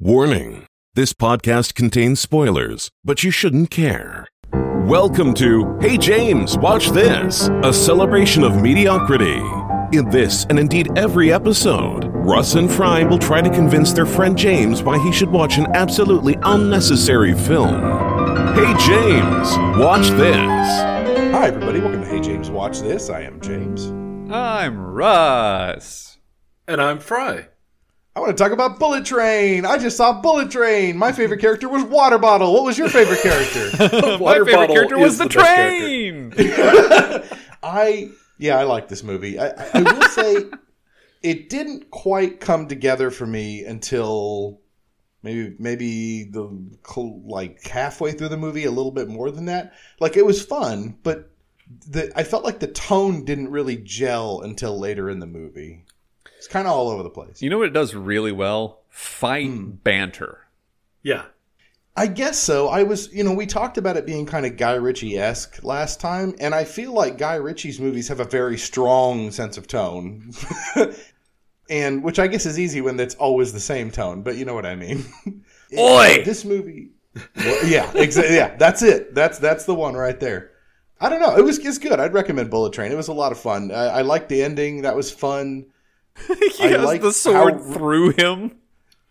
Warning this podcast contains spoilers, but you shouldn't care. Welcome to Hey James, Watch This, a celebration of mediocrity. In this and indeed every episode, Russ and Fry will try to convince their friend James why he should watch an absolutely unnecessary film. Hey James, watch this. Hi, everybody. Welcome to Hey James Watch This. I am James. I'm Russ. And I'm Fry. I want to talk about Bullet Train. I just saw Bullet Train. My favorite character was Water Bottle. What was your favorite character? My Water favorite bottle character is was the, best character. train. I, yeah, I like this movie. I, I, I will say it didn't quite come together for me until maybe maybe the cl- like halfway through the movie a little bit more than that like it was fun but the i felt like the tone didn't really gel until later in the movie it's kind of all over the place you know what it does really well? Fight banter. Yeah. I guess so. I was, you know, we talked about it being kind of Guy Ritchie esque last time, and I feel like Guy Ritchie's movies have a very strong sense of tone. and which I guess is easy when it's always the same tone, but you know what I mean. Oi! This movie. Well, yeah, exactly. Yeah, that's it. That's that's the one right there. I don't know. It was it's good. I'd recommend Bullet Train. It was a lot of fun. I, I liked the ending. That was fun. he I has like the sword how- through him.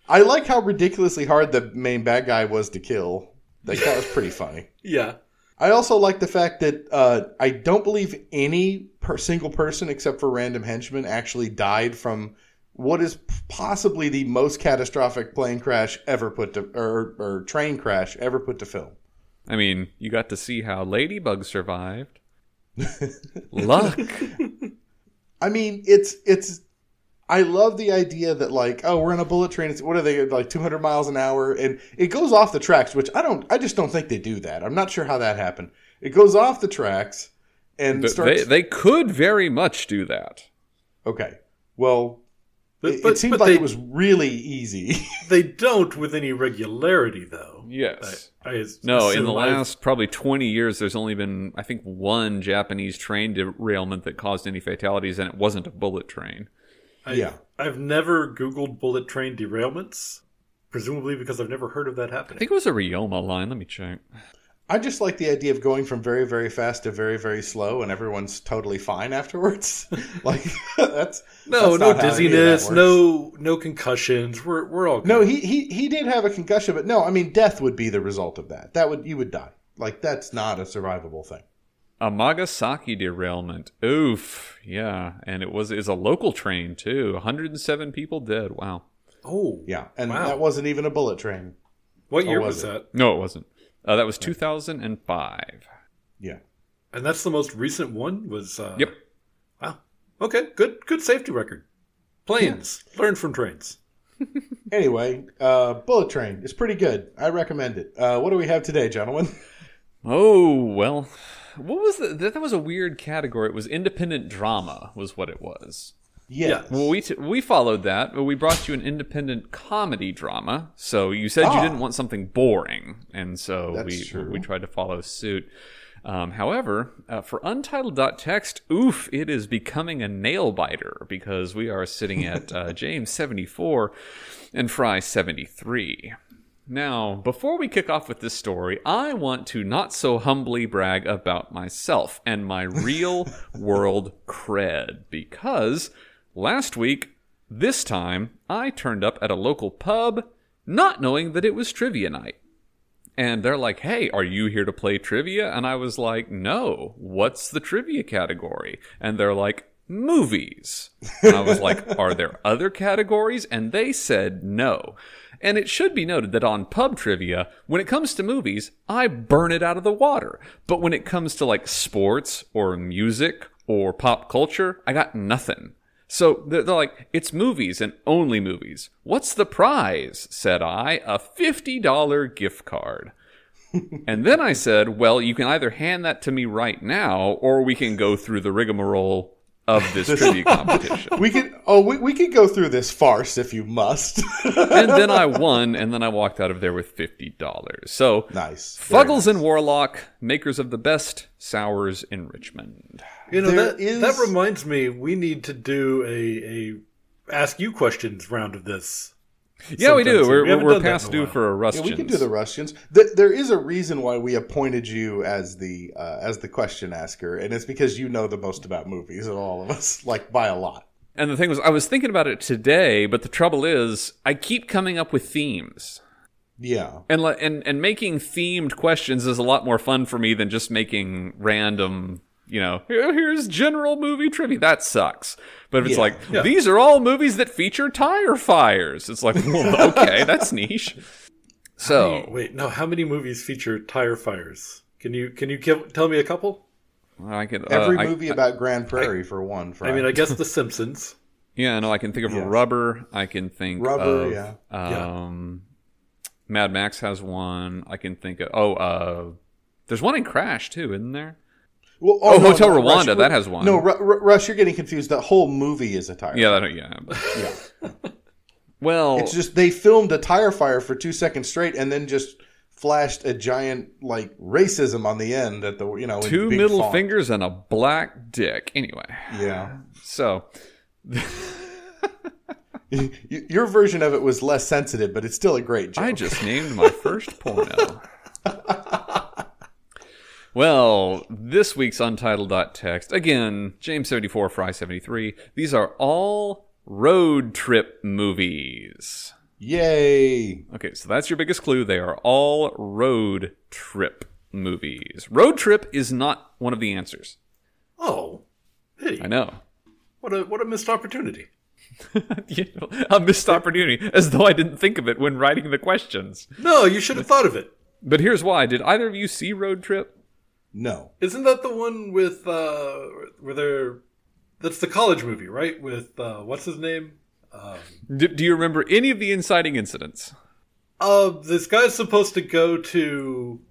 I like how ridiculously hard the main bad guy was to kill. Like that was pretty funny. Yeah. I also like the fact that uh, I don't believe any per- single person, except for random henchmen, actually died from what is possibly the most catastrophic plane crash ever put to or, or train crash ever put to film. I mean, you got to see how Ladybug survived. Luck. I mean, it's it's. I love the idea that like, oh, we're on a bullet train. It's, what are they like, two hundred miles an hour, and it goes off the tracks, which I don't. I just don't think they do that. I'm not sure how that happened. It goes off the tracks and But starts. they, they could very much do that. okay, well, But, it, but, it seemed but like they, it was really easy. they don't with any regularity, though. Yes. I, I No, in assume the I've- last probably 20 years, there's only been, I think, one Japanese train derailment that caused any fatalities, and it wasn't a bullet train. I, yeah. I've never Googled bullet train derailments, presumably because I've never heard of that happening. I think it was a Ryoma line. Let me check. I just like the idea of going from very, very fast to very, very slow, and everyone's totally fine afterwards. like that's that's no, no not how any of that dizziness, works. no no concussions. We're we're all good. no. He he he did have a concussion, but no, I mean death would be the result of that. That would you would die. Like that's not a survivable thing. A Magasaki derailment. Oof. Yeah. And it was is a local train too. 107 people dead. Wow. oh Yeah, and Wow. that wasn't even a bullet train. What Or year was was, it? that? No, it wasn't. Uh, that was 2005. Yeah, And that's the most recent one. Was uh, Yep. Wow. Okay. Good. Good safety record. Planes learn from trains. Anyway, uh, Bullet Train is pretty good. I recommend it. Uh, what do we have today, gentlemen? Oh, well. What was the, that? That was a weird category. It was independent drama, was what it was. Yes. Well, we, t- we followed that, but we brought you an independent comedy drama. So you said you Ah. didn't want something boring, and so That's we true. we tried to follow suit. Um, however, uh, for untitled.txt, oof, it is becoming a nail biter because we are sitting at uh, James 74 and Fry 73. Now, before we kick off with this story, I want to not so humbly brag about myself and my real world cred because last week, this time, I turned up at a local pub not knowing that it was trivia night. And they're like, hey, are you here to play trivia? And I was like, no, what's the trivia category? And they're like, movies. And I was like, are there other categories? And they said no. And it should be noted that on pub trivia, when it comes to movies, I burn it out of the water. But when it comes to like sports or music or pop culture, I got nothing. So they're, they're like, it's movies and only movies. What's the prize? said I. A $50 gift card. and then I said, well, you can either hand that to me right now or we can go through the rigmarole of this trivia competition. we could oh we, we could go through this farce if you must. and then I won, and then I walked out of there with $50. So, nice. Very Fuggles and Warlock, makers of the best sours in Richmond. You know There that is- that reminds me, we need to do a a ask you questions round of this. Yeah, we do. Sometimes. We're, We we're, haven't we're done that in a past due while. for a Yeah, Rustians. we can do the Russians. Th- there is a reason why we appointed you as the uh, as the question asker, and it's because you know the most about movies of all of us, like by a lot. And the thing was, I was thinking about it today, but the trouble is, I keep coming up with themes, Yeah, and li- and and making themed questions is a lot more fun for me than just making random. You know, "Here- here's general movie trivia. That sucks. But if it's Yeah. like Yeah. these are all movies that feature tire fires, it's like well, okay, that's niche. So Wait, no. How many movies feature tire fires? Can you can you give, tell me a couple? I can uh, every I- movie about Grand Prairie for one. Fry. I mean, I guess The Simpsons. Yeah, no, I can think of Yeah. rubber. I can think Rubber, of, yeah. Um, Mad Max has one. I can think of oh, uh, there's one in Crash too, isn't there? well, Oh, Hotel Rwanda, you're- that has one. No, Ru- Ru- Rush, you're getting confused. The whole movie is a tire. Yeah, that, yeah. but- Yeah. Well, It's just they filmed a tire fire for two seconds straight, and then just flashed a giant like racism on the end at the you know in two big middle font. fingers and a black dick. Anyway, Yeah. so Y- Your version of it was less sensitive, but it's still a great joke. I just named my first porno. Well, this week's untitled.txt, again, James 74, Fry 73, these are all road trip movies. Yay! Okay, so that's your biggest clue. They are all road trip movies. Road trip is not one of the answers. Oh, pity. I know. What a what a missed opportunity. You know, a missed opportunity, as though I didn't think of it when writing the questions. No, you should have thought of it. But here's why. Did either of you see Road Trip? No. Isn't that the one with uh where they're that's the college movie, right? With uh what's his name? Do, do you remember any of the inciting incidents? Uh this guy's supposed to go to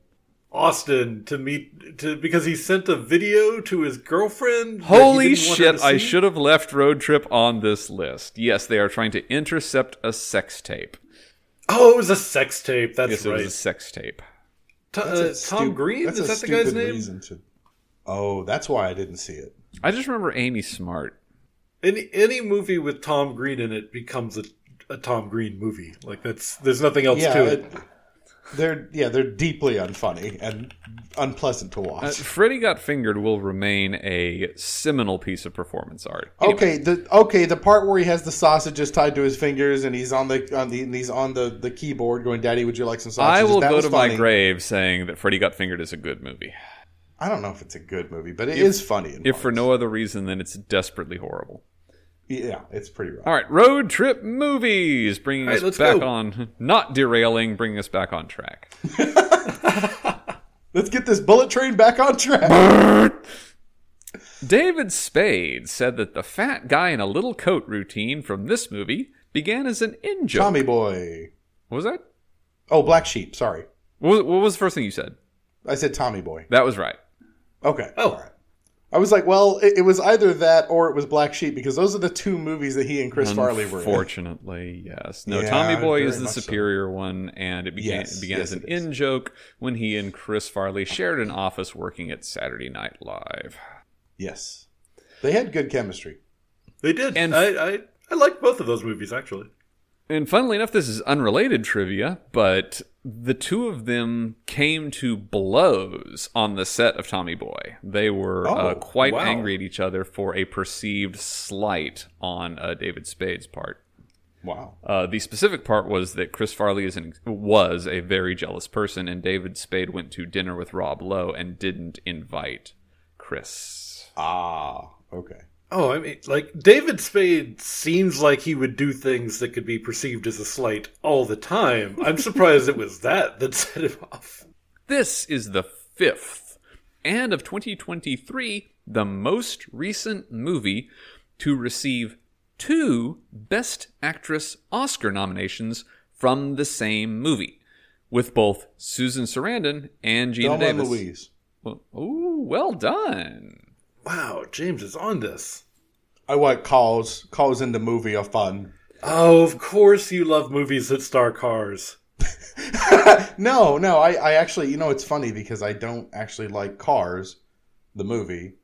Austin to meet to because he sent a video to his girlfriend. that he Holy didn't want her shit, to I see. should have left Road Trip on this list. Yes, they are trying to intercept a sex tape. Oh, it was a sex tape. That's Yes, it right. was a sex tape. To- That's uh, a stu- Tom Green that's is a that the guy's stupid name? reason to- Oh, that's why I didn't see it. I just remember Amy Smart. Any any movie with Tom Green in it becomes a a Tom Green movie. Like that's there's nothing else yeah, to it- it. they're yeah they're deeply unfunny and unpleasant to Uh, watch. Freddy Got Fingered will remain a seminal piece of performance art. Oh, Uh, okay, the okay the part where he has the sausages tied to his fingers and he's on the on the and he's on the the keyboard going, "Daddy, would you like some sausages?" I will That go was to my funny. grave saying that Freddy Got Fingered is a good movie. I don't know if it's a good movie, but it is funny. in If for parts. no other reason than it's desperately horrible. yeah, it's pretty rough. All right, road trip movies, bringing All right, us let's back go. on, not derailing, bringing us back on track. Let's get this bullet train back on track. David Spade said that the fat guy in a little coat routine from this movie began as an in joke. Tommy boy. What was that? Oh, black sheep. Sorry, What was, what was the first thing you said? I said Tommy boy. That was right. Okay. Oh. all right. I was like, well, it, it was either that or it was Black Sheep because those are the two movies that he and Chris Farley were in. Unfortunately, yes. No, Yeah, Tommy Boy very is the much so. superior one, and it began, Yes, it began yes, as an it is. in joke when he and Chris Farley shared an office working at Saturday Night Live. Yes, they had good chemistry. They did. And- I, I I like both of those movies actually. And funnily enough, this is unrelated trivia, but the two of them came to blows on the set of Tommy Boy. They were Oh, uh, quite wow. angry at each other for a perceived slight on uh, David Spade's part. Wow. Uh, the specific part was that Chris Farley is an, was a very jealous person, and David Spade went to dinner with Rob Lowe and didn't invite Chris. Ah, okay. Oh, I mean, like David Spade seems like he would do things that could be perceived as a slight all the time. I'm surprised it was that that set him off. This is the fifth and of 2023, the most recent movie to receive two Best Actress Oscar nominations from the same movie, with both Susan Sarandon and Gina Thelma and Davis. Louise. Well, ooh, well done. Wow, James is on this. I want calls calls in the movie of fun. Oh, of course you love movies that star cars. No, no. I, I actually, you know, it's funny because I don't actually like Cars, the movie,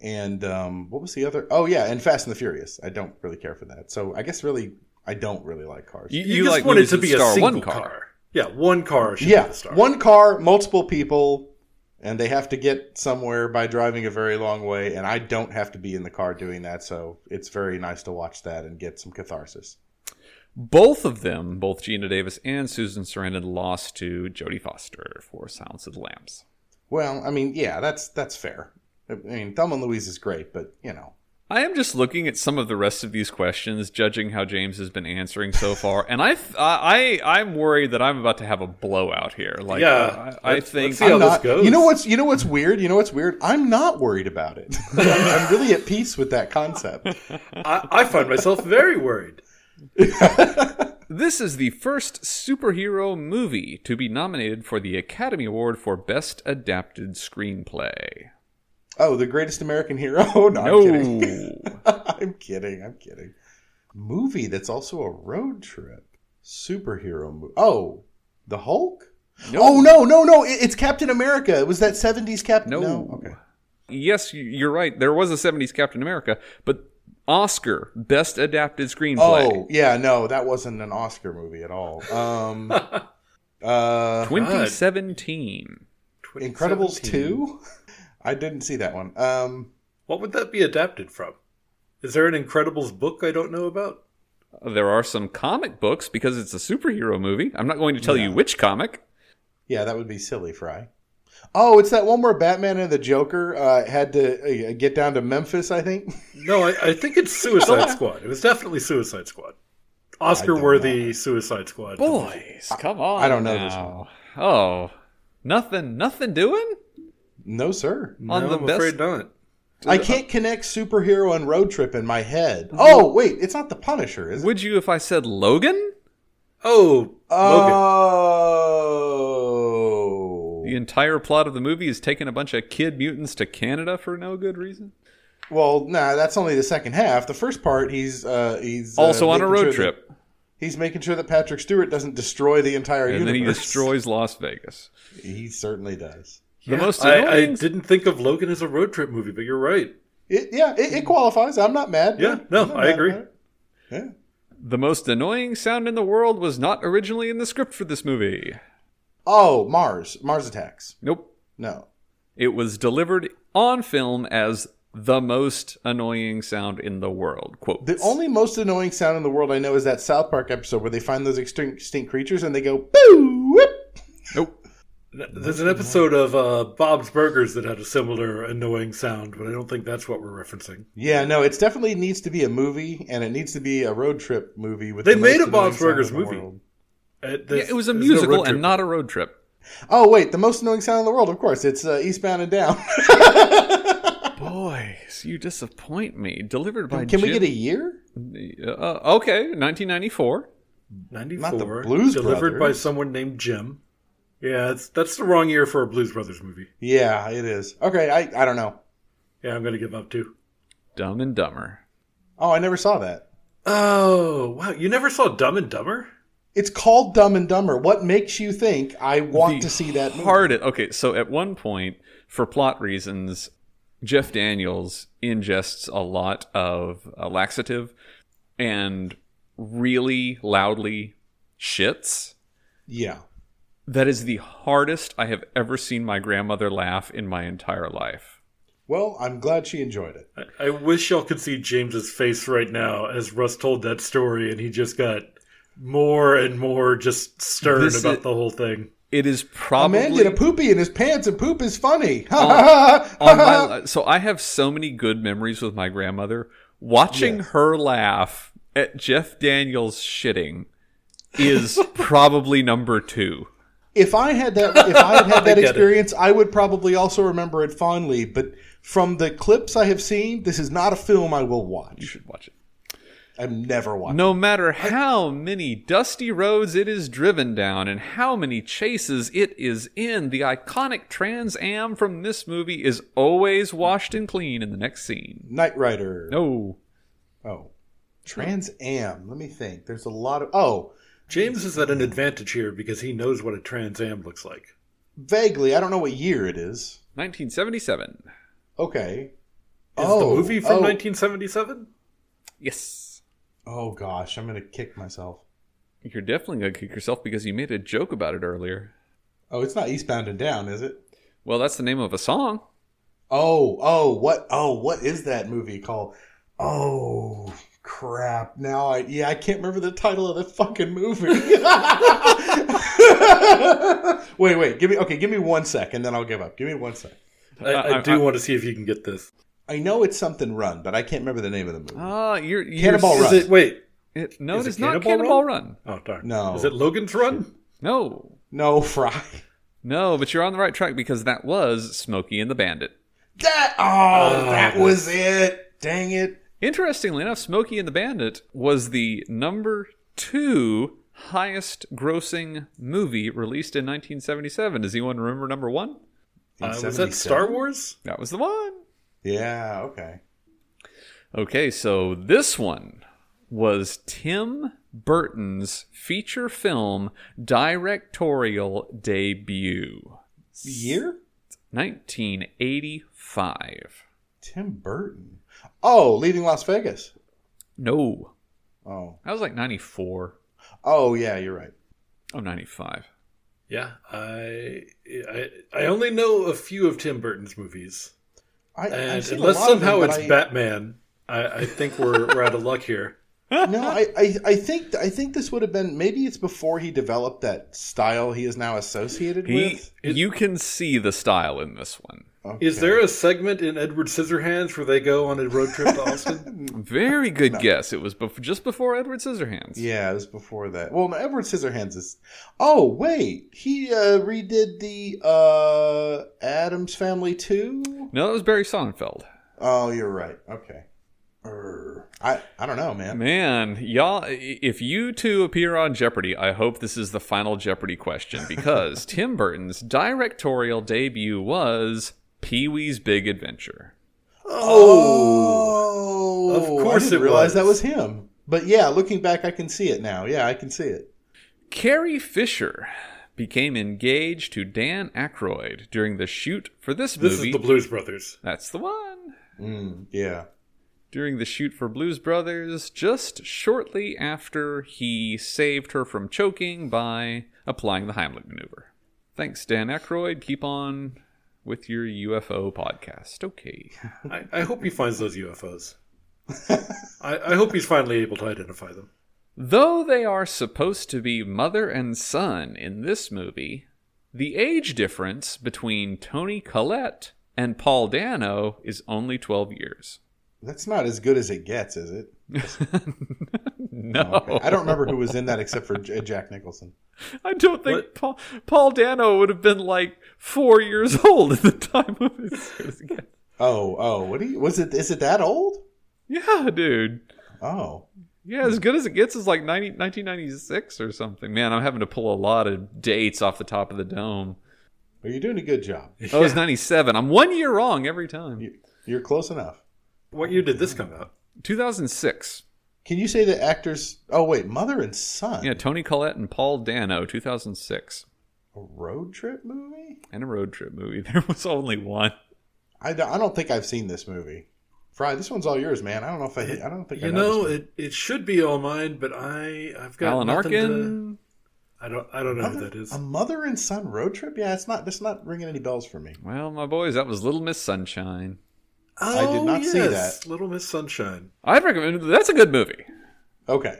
and um, what was the other? Oh yeah, and Fast and the Furious. I don't really care for that. So I guess really, I don't really like cars. You, You, you just like want movies it to that be a star single one car. Yeah, one car should be yeah, the star. one car, multiple people, and they have to get somewhere by driving a very long way. And I don't have to be in the car doing that, so it's very nice to watch that and get some catharsis. Both of them, both Gina Davis and Susan Sarandon, lost to Jodie Foster for Silence of the Lambs. Well, I mean, yeah, that's that's fair. I mean, Thelma and Louise is great, but you know, I am just looking at some of the rest of these questions, judging how James has been answering so far, and I, I, I- I'm worried that I'm about to have a blowout here. Like, Yeah. uh, I, I Let's- think let's see how I'm this not- goes. You know what's you know what's weird? You know what's weird? I'm not worried about it. I'm, I'm really at peace with that concept. I, I find myself very worried. this is the first superhero movie to be nominated for the Academy Award for Best Adapted Screenplay. Oh, the greatest American hero? Oh, no, I'm kidding. I'm kidding. I'm kidding. Movie that's also a road trip. Superhero movie. Oh, the Hulk? Oh no, no, no! It, it's Captain America. It was that '70s Captain. No. Okay. Yes, you- you're right. There was a 70s Captain America, but Oscar, Best Adapted Screenplay. Oh yeah, no, that wasn't an Oscar movie at all. Um, uh, 2017. Incredibles 2017. two. I didn't see that one. Um, What would that be adapted from? Is there an Incredibles book I don't know about? There are some comic books because it's a superhero movie. I'm not going to tell you which comic. yeah, that would be silly, Fry. Oh, it's that one where Batman and the Joker uh, had to uh, get down to Memphis. I think. No, I, I think it's Suicide Squad. It was definitely Suicide Squad. Oscar worthy Suicide Squad. Oh, Boys, come on. I don't know this now. Oh, nothing, nothing doing? No, sir. No, on the I'm best- afraid not. Uh, I can't connect superhero and road trip in my head. Oh, wait, it's not the Punisher, is it? Would you if I said Logan? Oh, Uh, Logan. Oh. The entire plot of the movie is taking a bunch of kid mutants to Canada for no good reason. Well, nah, that's only the second half. The first part, he's uh, he's uh, Also on a making road sure that- trip, he's making sure that Patrick Stewart doesn't destroy the entire and universe. then he destroys Las Vegas. He certainly does. The most I, I annoying- didn't think of Logan as a road trip movie, but you're right. It, yeah, it, it qualifies. I'm not mad. Yeah, no, I'm not I mad agree. about it. Yeah. The most annoying sound in the world was not originally in the script for this movie. Oh, Mars, Mars attacks. Nope. No. It was delivered on film as the most annoying sound in the world. Quote. The only most annoying sound in the world I know is that South Park episode where they find those extinct, extinct creatures and they go boo. Whoop. Nope. There's an episode of uh, Bob's Burgers that had a similar annoying sound, but I don't think that's what we're referencing. Yeah, no, it's definitely needs to be a movie, and it needs to be a road trip movie. With They the made most a Bob's annoying Burgers sound in the movie. world. Yeah, it was a musical and not a road trip. Oh wait, the most annoying sound in the world, of course, it's uh, Eastbound and Down. Boys, you disappoint me. Delivered by Can we get a year? a? Uh, okay, 1994. 94, not the Blues delivered by Brothers. someone named Jim. Yeah, it's, that's the wrong year for a Blues Brothers movie. Yeah, it is. Okay, I I don't know. Yeah, I'm going to give up too. Dumb and Dumber. Oh, I never saw that. Oh, wow. You never saw Dumb and Dumber? It's called Dumb and Dumber. What makes you think I want the to see that movie? hardest- Okay, so at one point, for plot reasons, Jeff Daniels ingests a lot of uh, laxative and really loudly shits. Yeah. That is the hardest I have ever seen my grandmother laugh in my entire life. Well, I'm glad she enjoyed it. I, I wish y'all could see James's face right now as Russ told that story, and he just got more and more just stern This about i- the whole thing. It is A probably man did a poopy in his pants, and poop is funny. Ha Oh. ha ha! on my li- so I have so many good memories with my grandmother. Watching her laugh at Jeff Daniels shitting is probably number two. if I had that if I had had that get it. experience, I would probably also remember it fondly. But from the clips I have seen, this is not a film I will You watch. should watch it. I'm never watching. No matter how many dusty roads it is driven down and how many chases it is in, the iconic Trans Am from this movie is always washed and clean in the next scene. Knight Rider. No. Oh, Trans Am. Let me think. There's a lot of oh, James is at an advantage here because he knows what a Trans Am looks like. vaguely. I don't know what year it is. 1977. Okay. Oh, Is the movie from oh, 1977? Yes. Oh gosh, I'm gonna kick myself. You're definitely gonna kick yourself because you made a joke about it earlier. Oh, it's not Eastbound and Down, is it? Well, that's the name of a song. Oh, oh, what? Oh, what is that movie called? Oh crap! Now I yeah, I can't remember the title of the fucking movie. wait, wait, give me okay, give me one sec, and then I'll give up. Give me one sec. I, I, I- do I- want to see if you can get this. I know it's something Run, but I can't remember the name of the movie. Uh. Ah, you're, you're Cannonball Is Run. it wait? It, no, Is it it is not Cannonball Cannonball Run? Run? Oh darn. No. Is it Logan's Run? No, no, Fry. no, but you're on the right track because that was Smokey and the Bandit. That oh, that was it. Dang it. Interestingly enough, Smokey and the Bandit was the number two highest grossing movie released in 1977. Does anyone remember number one? Uh, was that Star Wars? That was the one. Yeah. Okay. Okay, so this one was Tim Burton's feature film directorial debut, Year. 1985. Tim Burton. Oh, leaving Las Vegas. No, Oh. that was like 94. Oh yeah, you're right. Oh, 95. Yeah, I, I I only know a few of Tim Burton's movies, I, I've and seen a unless lot of somehow them, it's but I, Batman, I, I think we're we're out of luck here. No, I, I, I think I think this would have been maybe it's before he developed that style he is now associated He, with. you can see the style in this one. Is there a segment in Edward Scissorhands where they go on a road trip to Austin? Very good guess. It was bef- just before Edward Scissorhands. Yeah, it was before that. Well, no, Edward Scissorhands is. Oh wait, he uh, redid the uh, Adams Family too. No, that was Barry Sonnenfeld. Oh, you're right. Okay. Er, I I don't know, man. Man, y'all, i- if you two appear on Jeopardy, I hope this is the final Jeopardy question because Tim Burton's directorial debut was Pee Wee's Big Adventure. Oh, Of course I didn't it realize was. that was him. But yeah, looking back, I can see it now. Yeah, I can see it. Carrie Fisher became engaged to Dan Aykroyd during the shoot for this, This movie. is the Blues Brothers. That's the one. Mm, yeah. during the shoot for Blues Brothers just shortly after he saved her from choking by applying the Heimlich maneuver. Thanks, Dan Aykroyd. Keep on with your UFO podcast. Okay. I, I hope he finds those UFOs. I, I hope he's finally able to identify them. Though they are supposed to be mother and son in this movie, the age difference between Tony Collette and Paul Dano is only 12 years. That's not as good as it gets, is it? Oh, No. Okay. I don't remember who was in that except for J- Jack Nicholson. I don't think Paul, Paul Dano would have been like four years old at the time of his. Oh, oh, what do you, was it? Is it that old? yeah, dude. Oh, Yeah, as good as it gets is like 90, 1996 or something. Man, I'm having to pull a lot of dates off the top of the dome. well, you're doing a good job. Oh, it's 97. I'm one year wrong every time. You- You're close enough. What year did this come out? 2006. Can you say the actors? Oh, wait, mother and son. Yeah, Tony Collette and Paul Dano, 2006. A road trip movie? And a road trip movie. There was only one. I, don't- I don't think I've seen this movie. Fry, this one's all yours, man. I don't know if I. I don't think I You know, this it, it should be all mine, but I I've got Alan nothing To, Arkin. I don't I don't know one. who Mother- that is. a mother and son road trip. Yeah, it's not. That's not ringing any bells for me. Well, my boys, that was Little Miss Sunshine. I did not see that. Oh, Little Miss Sunshine. I'd recommend that's a good movie. Okay,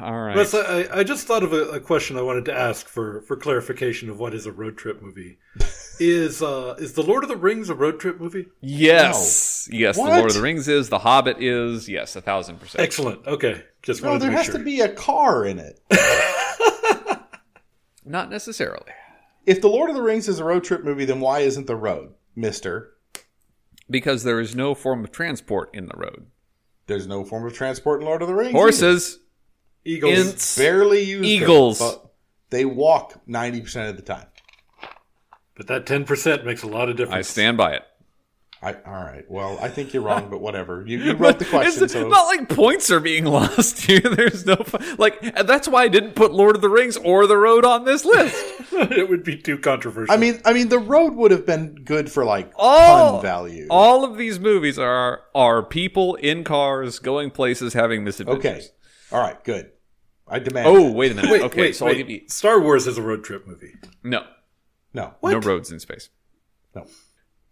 All right. Russ, I, I- I just thought of a, a question I wanted to ask for, for clarification of what is a road trip movie. is uh, is the Lord of the Rings a road trip movie? Yes. Yes, What? The Lord of the Rings is. The Hobbit is. Yes, a thousand percent. Excellent. Okay, just no, wanted there to make has sure. to be a car in it. Not necessarily. If the Lord of the Rings is a road trip movie, then why isn't the road, Mister? Because there is no form of transport in the road. There's no form of transport in Lord of the Rings. Horses, Eagles. ints, barely use them, Eagles. but they walk ninety percent of the time. But that ten percent makes a lot of difference. I stand by it. I, all right. Well, I think you're wrong, but whatever. You, you wrote the question, it's so not like points are being lost here. There's no fu- like. and That's why I didn't put Lord of the Rings or the road on this list. it would be too controversial. I mean, I mean, the road would have been good for like All- pun value. All of these movies are are people in cars going places having misadventures. okay, All right, good. I demand. Oh, that. wait a minute. Wait, okay, wait, so wait. I'll give you Star Wars is a road trip movie. no, no. What? no roads in space. No.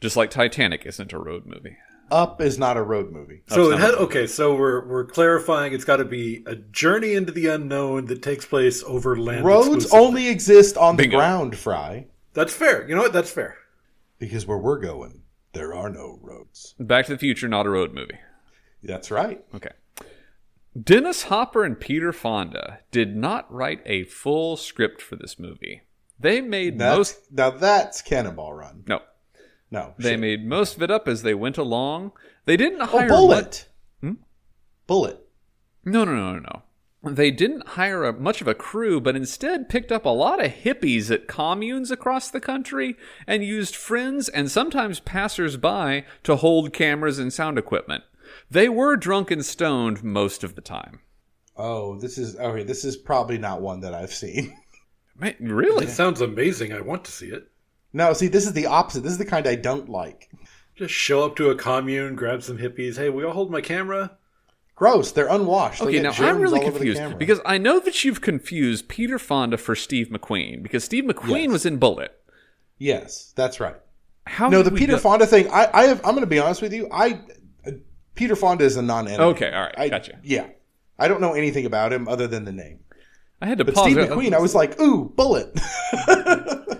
Just like Titanic isn't a road movie. Up is not a road movie. So it Up's had okay. So we're we're clarifying. It's got to be a journey into the unknown that takes place over land. Roads exclusively. only exist on the Bingo. ground, Fry, That's fair. You know what? That's fair. because where we're going, there are no roads. Back to the Future, not a road movie. That's right. Okay. Dennis Hopper and Peter Fonda did not write a full script for this movie. They made That's, most Now that's Cannonball Run. no, No, they shit. made most of it up as they went along. They didn't oh, hire much- Bullet. Hmm? Bullet. No, no, no, no, no. They didn't hire a, much of a crew, but instead picked up a lot of hippies at communes across the country and used friends and sometimes passers-by to hold cameras and sound equipment. They were drunk and stoned most of the time. Oh, this is okay. This is probably not one that I've seen. Man, It really? sounds amazing. I want to see it. No, see, this is the opposite. This is the kind I don't like. Just show up to a commune, grab some hippies. Hey, will y'all hold my camera? Gross. They're unwashed. They'll Okay, get now I'm germs really all over the camera. confused because I know that you've confused Peter Fonda for Steve McQueen because Steve McQueen Yes. was in Bullet. yes, that's right. How no, did the we Peter go- Fonda thing. I, I have. I'm going to be honest with you. I uh, Peter Fonda is a non-enemy. Okay, all right, I, gotcha. Yeah, I don't know anything about him other than the name. I had to But pause. uh, Steve it. McQueen, I was like, ooh, bullet.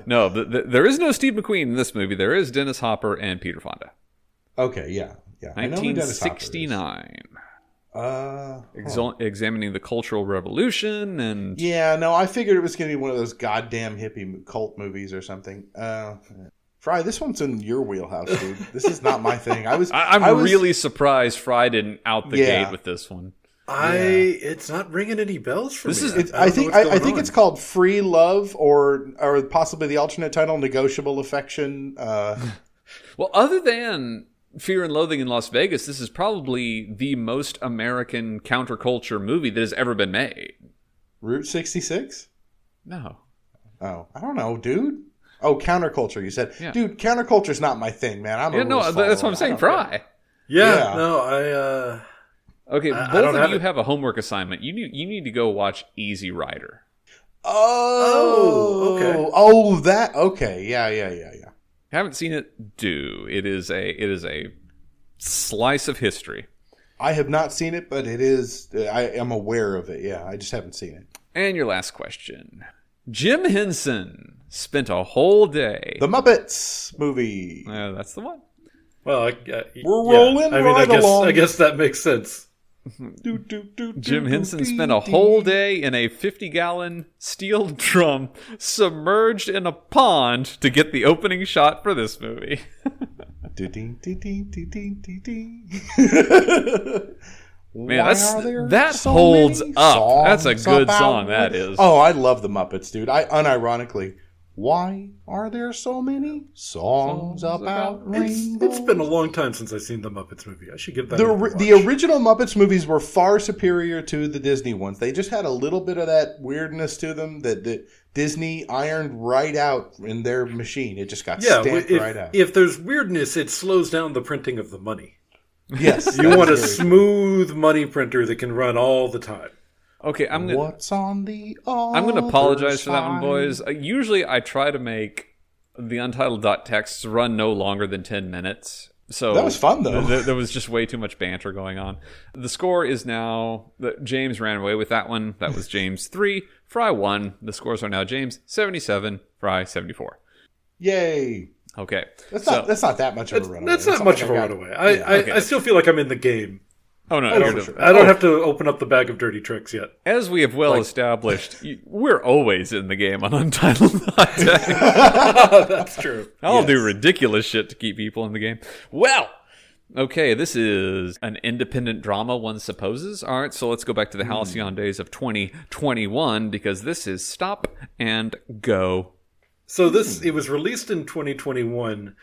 No, th- th- there is no Steve McQueen in this movie. There is Dennis Hopper and Peter Fonda. okay, yeah, yeah. I know who Dennis Hopper is. 1969. Uh, Exo- Examining the Cultural Revolution and yeah, no, I figured it was going to be one of those goddamn hippie mo- cult movies or something. Uh, Fry, this one's in your wheelhouse, dude. This is not my thing. I was. I- I'm I was- really surprised Fry didn't out the Yeah. gate with this one. I. Yeah. It's not ringing any bells for This me. is- It's, don't I know think what's I, I going think on. it's called free love, or or possibly the alternate title, negotiable affection. Uh, Well, other than Fear and Loathing in Las Vegas, this is probably the most American counterculture movie that has ever been made. Route sixty six. No. Oh, I don't know, dude. Oh, counterculture. You said, Yeah. dude, counterculture's not my thing, man. I'm a Yeah, no, rules th- that's follower. what I'm I saying. don't care. Fry. Yeah. Yeah. No, I. uh Okay, I- I both don't of have you it. have a homework assignment. You need, you need to go watch Easy Rider. Oh, Oh, okay. Oh, that. Okay, yeah, yeah, yeah, yeah. Haven't seen it? Do it is a it is a slice of history. I have not seen it, but it is. I am aware of it. Yeah, I just haven't seen it. And your last question. Jim Henson spent a whole day. The Muppets movie. Uh, that's the one. Well, I, I- We're yeah. rolling I mean, I right guess along. I guess that makes sense. Do, do, do, do, Jim do, Henson dee, spent a dee. whole day in a 50 gallon steel drum submerged in a pond to get the opening shot for this movie. Do, dee, dee, dee, dee, dee, dee, dee. Man, Why that's- are there that so holds many up. That's a songs good about song, that Muppets? is. Oh, I love the Muppets, dude. I unironically, why are there so many songs, Songs about, about- rainbows? It's been a long time since I've seen the Muppets movie. I should give that. the, another ri- the watch. original Muppets movies were far superior to the Disney ones. They just had a little bit of that weirdness to them that, that Disney ironed right out in their machine. It just got yeah. stamped If, right out. if there's weirdness, it slows down the printing of the money. yes, You want a that's very- smooth money printer that can run all the time. Okay, I'm gonna What's on the? I'm gonna other apologize for that one, side? boys. Uh, usually, I try to make the untitled dot texts run no longer than ten minutes. So That was fun, though. th- th- there was just way too much banter going on. The score is now that James ran away with that one. That was James three, Fry one. The scores are now James seventy seven, Fry seventy four. Yay! Okay, That's so not that's not that much of a That's, runaway. that's It's not much like of a I got- runaway. I, I, okay. I still feel like I'm in the game. oh no, Oh, you're for done. sure. I don't have to open up the bag of dirty tricks yet. as we have well established, you, we're always in the game on untitled dot texts. Oh, That's true. I'll do ridiculous shit to keep people in the game. Well, okay, this is an independent drama, one supposes. All right, so let's go back to the halcyon days of 2021 because this is Stop and Go. So this Hmm. it was released in 2021,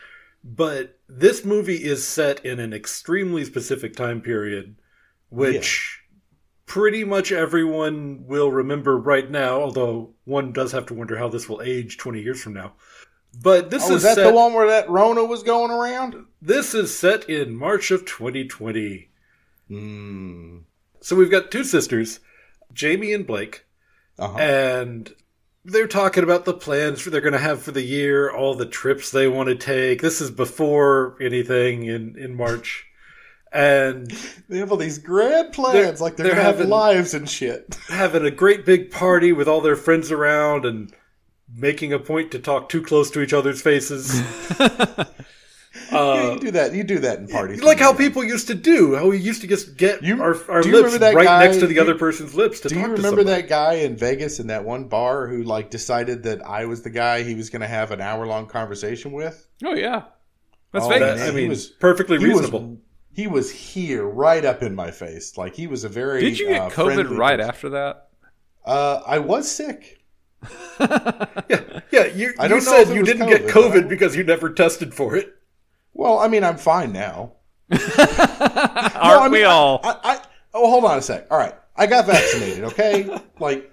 but this movie is set in an extremely specific time period, which pretty much everyone will remember right now. Although one does have to wonder how this will age 20 years from now. But this Oh, is is that set, the one where that Rona was going around? This is set in March of 2020. Mm. So we've got two sisters. Jamie and Blake, Uh-huh. and they're talking about the plans for they're going to have for the year, all the trips they want to take. This is before anything in in March, and they have all these grand plans, They're- like they're, they're gonna have having- lives and shit. having a great big party with all their friends around and making a point to talk too close to each other's faces. yeah, Uh, you do that. You do that in parties. like how sometimes. people used to do, how we used to just get You- our, our do you lips remember that right guy- next to the do- other person's lips to Do talk you to remember somebody. that guy in Vegas in that one bar who like decided that I was the guy he was going to have an hour long conversation with? Oh yeah, that's Oh, Vegas. That- man, I he mean, was- perfectly He was, reasonable. he was here, right up in my face. Like he was a very. Did you get uh, COVID friendly right person. after that? Uh, I was sick. yeah, yeah. You, I you don't know if said it you was didn't COVID, get but I- COVID because you never tested for it. Well, I mean, I'm fine now. Aren't No, I mean, we I- all? I, I, oh, hold on a sec. All right, I got vaccinated. Okay, like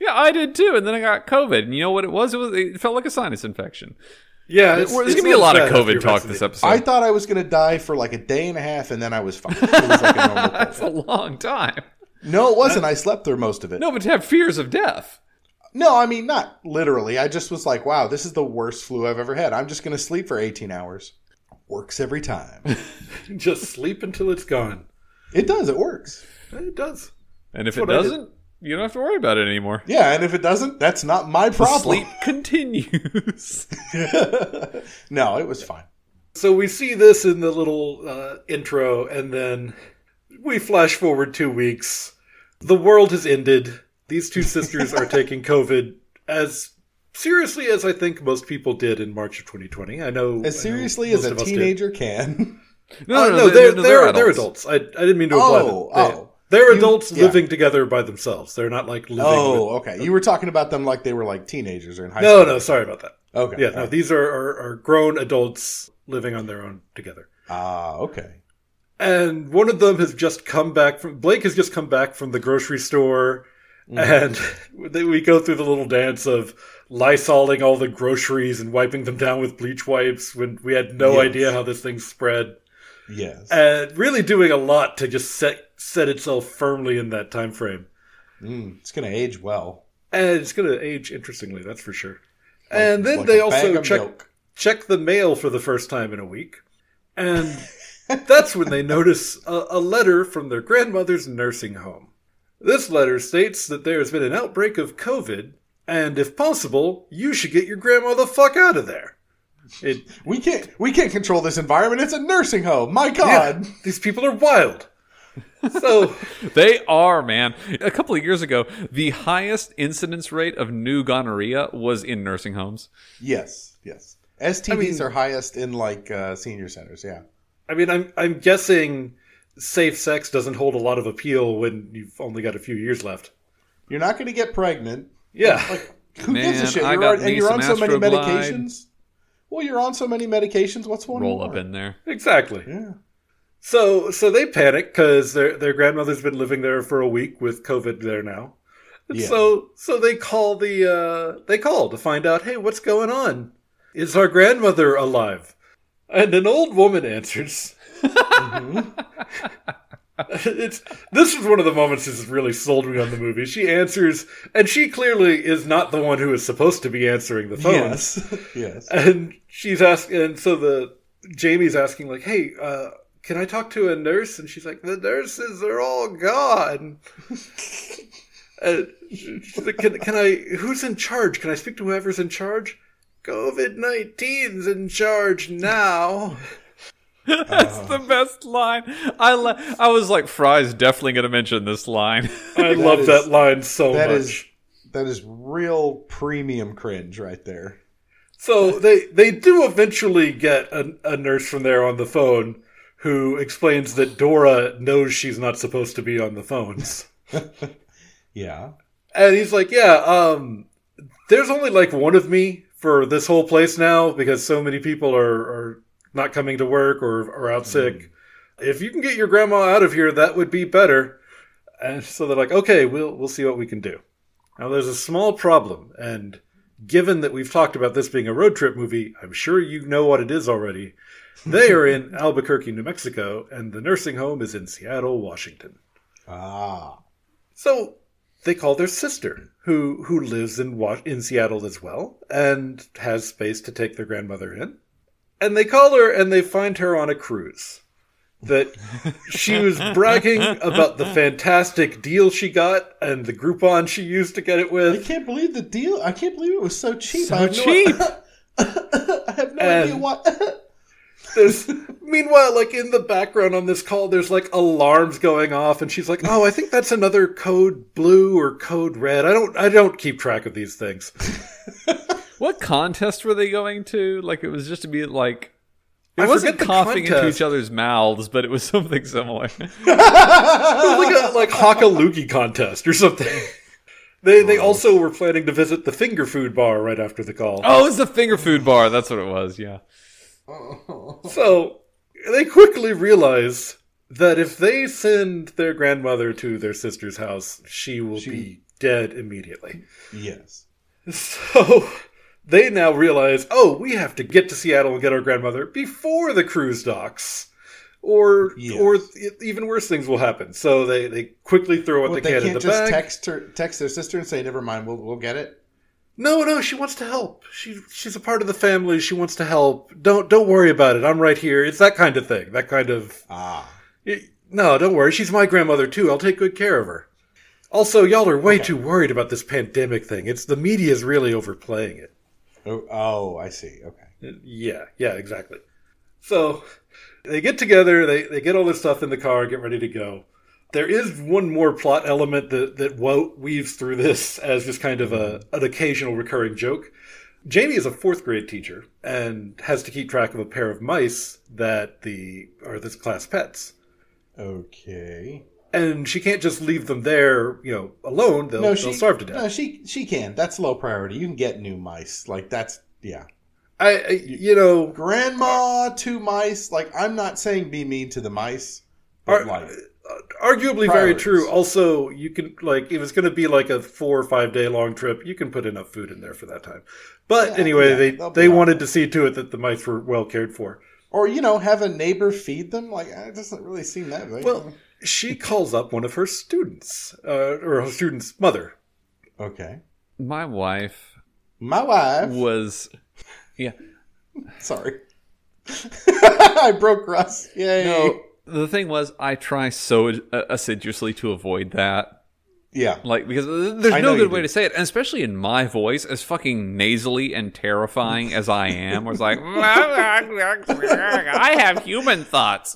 yeah, I did too, and then I got COVID. And you know what it was? It was it felt like a sinus infection. Yeah, There's going to be a lot of COVID talk this episode. I thought I was going to die for like a day and a half, and then I was fine. It was like a normal That's a cold. long time. No, it wasn't. I slept through most of it. No, but to have fears of death. No, I mean not literally. I just was like, wow, this is the worst flu I've ever had. I'm just going to sleep for 18 hours. Works every time. Just sleep until it's gone. it does. It works. It does. And if That's it what I did. doesn't, you don't have to worry about it anymore. Yeah, and if it doesn't, that's not my The problem. sleep continues. no, it was fine. So we see this in the little uh, intro, and then we flash forward two weeks. The world has ended. These two sisters are taking COVID as seriously as I think most people did in March of 2020. I know As I know seriously as most a of us did. teenager can. Uh, No, Oh, no, they're, they're, they're, adults. I, I didn't mean to imply Oh, that. They, oh. They're You- adults yeah. living together by themselves. They're not like living. Oh, with- okay. You were talking about them like they were like teenagers or in high No, school. no, sorry about that. Okay. Yeah, no, these are, are, are grown adults living on their own together. Ah, okay. And one of them has just come back from Blake has just come back from the grocery store, Mm-hmm. and they, we go through the little dance of lysoling all the groceries and wiping them down with bleach wipes when we had no Yes. idea how this thing spread. Yes. And really doing a lot to just set set itself firmly in that time frame. Mm, it's going to age well. And it's going to age interestingly, that's for sure. Like- and then like they a bag also of check milk. check the mail for the first time in a week, and that's when they notice a, a letter from their grandmother's nursing home. This letter states that there has been an outbreak of COVID, and if possible, you should get your grandma the fuck out of there. It, We can't we can't control this environment. It's a nursing home. My god. Yeah, these people are wild. So They are, man. A couple of years ago, the highest incidence rate of new gonorrhea was in nursing homes. Yes, yes. STDs mean- are highest in like uh, senior centers. Yeah. I mean, I'm I'm guessing safe sex doesn't hold a lot of appeal when you've only got a few years left. You're not going to get pregnant. Yeah, Like who Man, gives a shit? I You're got on, me and you're on some so many Astroglide. medications. Well, you're on so many medications. What's one Roll more? up in there. exactly. Yeah. So so they panic because their their grandmother's been living there for a week with COVID there now. And Yeah. So so they call the uh, they call to find out hey what's going on is our grandmother alive and an old woman answers. Mm-hmm. it's this is one of the moments that's really sold me on the movie. She answers and she clearly is not the one who is supposed to be answering the phone Yes. yes. and she's asking and so the jamie's asking like hey uh can i talk to a nurse and she's like the nurses are all gone and she's like can, can i who's in charge can i speak to whoever's in charge covid-19's in charge now That's the best line. I la- I was like, Fry's definitely going to mention this line. i That love is- that line so that much is- That is real premium cringe right there. So they they do eventually get a, a nurse from there on the phone who explains that Dora knows she's not supposed to be on the phones. Yeah. And he's like, "Yeah, um, there's only like one of me for this whole place now because so many people are, are not coming to work or are out sick. If you can get your grandma out of here, that would be better." And so they're like, "Okay, we'll we'll see what we can do." Now there's a small problem, and given that we've talked about this being a road trip movie, I'm sure you know what it is already. They are in Albuquerque, New Mexico, and the nursing home is in Seattle, Washington. Ah. So they call their sister, who who lives in Wa- in Seattle as well and has space to take their grandmother in. And they call her and they find her on a cruise. That she was bragging about the fantastic deal she got and the Groupon she used to get I it with. can't believe the deal. I can't believe it was so cheap. So I have cheap. No, I have no And- idea why. There's, meanwhile, like in the background on this call, there's like alarms going off, and she's like, "Oh, I think that's another code blue or code red. I don't, I don't keep track of these things." What contest were they going to? Like it was just to be like it I wasn't forget the coughing into contest. each other's mouths, but it was something similar. like a like Hakalugi contest or something. They they also were planning to visit the finger food bar right after the call. oh, it was the finger food bar. That's what it was. Yeah. So they quickly realize that if they send their grandmother to their sister's house, she will She- be dead immediately. yes. So they now realize, oh, we have to get to Seattle and get our grandmother before the cruise docks. Or, Yes. or e-, even worse things will happen. So they, they quickly throw what But they they can in can't the just bag. text her, text their sister and say, "Never mind, we'll we'll get it." No, no, she wants to help. She she's a part of the family. She wants to help. Don't don't worry about it. I'm right here. It's that kind of thing. That kind of Ah, y- No, don't worry. She's my grandmother too. I'll take good care of her. Also, y'all are way too worried about this pandemic thing. It's the media's really overplaying it. oh, oh, I see. Okay. Yeah, yeah, exactly. So they get together, they, they get all their stuff in the car, get ready to go. There is one more plot element that, that wo- weaves through this as just kind of a, an occasional recurring joke. Jamie is a fourth grade teacher and has to keep track of a pair of mice that the are this class pets. Okay. And she can't just leave them there, you know, alone. They'll, they'll starve to death. No, she she can. That's low priority. You can get new mice. Like that's yeah. I, I, you know, Grandma, two mice. Like I'm not saying be mean to the mice, but Are- like arguably very Priorities. true also you can like if it's going to be like a four or five day long trip you can put enough food in there for that time but Yeah, anyway yeah, they they'll they be all wanted to see to it that the mice were well cared for or you know, have a neighbor feed them. Like it doesn't really seem that big. well she calls up one of her students uh, or her student's mother okay. My wife My wife. was Sorry. I broke Russ. Yay. no. The thing was, I try so uh, assiduously to avoid that, Yeah. like because there's I no know good you way do. to say it, and especially in my voice, as fucking nasally and terrifying as I am, where it's like I have human thoughts,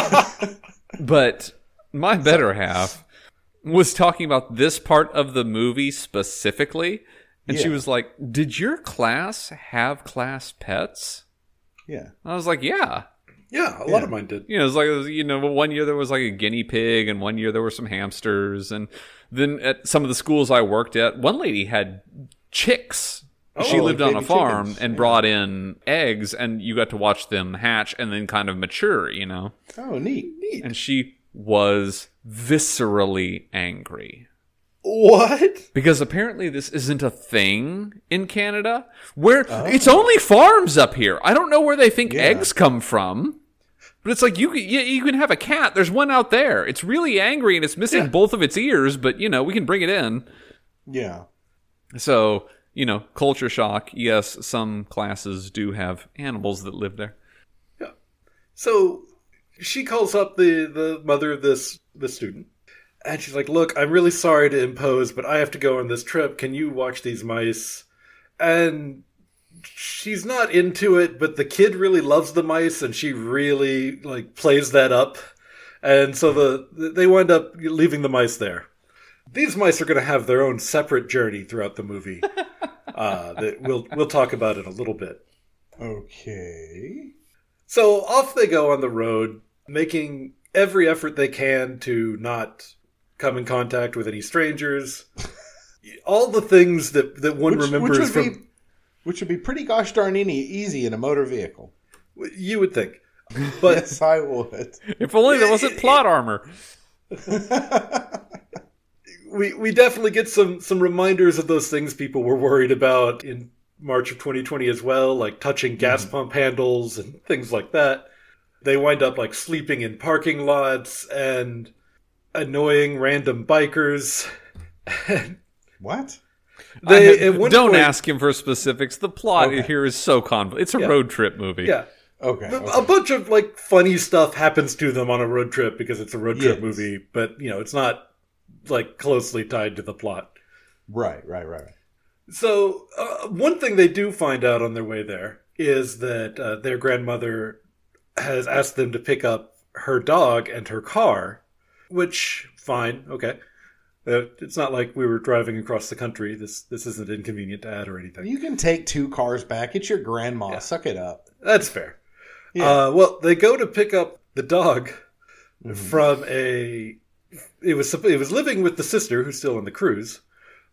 but my better half was talking about this part of the movie specifically, and she Yeah. was like, "Did your class have class pets?" Yeah. And I was like, "Yeah." yeah a lot of mine did you know, it's like you know, one year there was like a guinea pig, and one year there were some hamsters, and then at some of the schools I worked at, one lady had chicks. she like lived on a Oh, baby farm chickens, and yeah. brought in eggs, and you got to watch them hatch and then kind of mature, you know. Oh, neat. Neat. And she was viscerally angry what because apparently this isn't a thing in Canada. Where Oh. it's only farms up here. I don't know where they think eggs come from. But it's like you can, you, you can have a cat. There's one out there. It's really angry and it's missing both of its ears, but you know, we can bring it in. Yeah. So, you know, culture shock. Yes, some classes do have animals that live there. so she calls up the the mother of this the student and she's like look i'm really sorry to impose but i have to go on this trip can you watch these mice and she's not into it but the kid really loves the mice and she really like plays that up and so the they wind up leaving the mice there these mice are going to have their own separate journey throughout the movie uh, that we'll we'll talk about in a little bit Okay. so off they go on the road, making every effort they can to not come in contact with any strangers. All the things that, that one remembers would from be, which would be pretty gosh darn any easy in a motor vehicle. you would think. But Yes, I would. If only there wasn't plot armor. we, we definitely get some some reminders of those things people were worried about in March of 2020 as well, like touching gas Mm-hmm. pump handles and things like that. They wind up like sleeping in parking lots and annoying random bikers. What? They, I have- at one don't point- ask him for specifics. The plot Okay. here is so convoluted. It's a Yeah. road trip movie. Yeah. Okay. But um, okay. A bunch of like funny stuff happens to them on a road trip because it's a road trip Yes. movie, but you know, it's not like closely tied to the plot. Right, right, right. right. So, uh, one thing they do find out on their way there is that uh, their grandmother has asked them to pick up her dog and her car, which fine, okay. Uh, it's not like we were driving across the country. This this isn't inconvenient to add or anything. You can take two cars back. It's your grandma. Suck it up. That's fair. Yeah. Uh, well, they go to pick up the dog Mhm. from a. It was supp- it was living with the sister who's still on the cruise.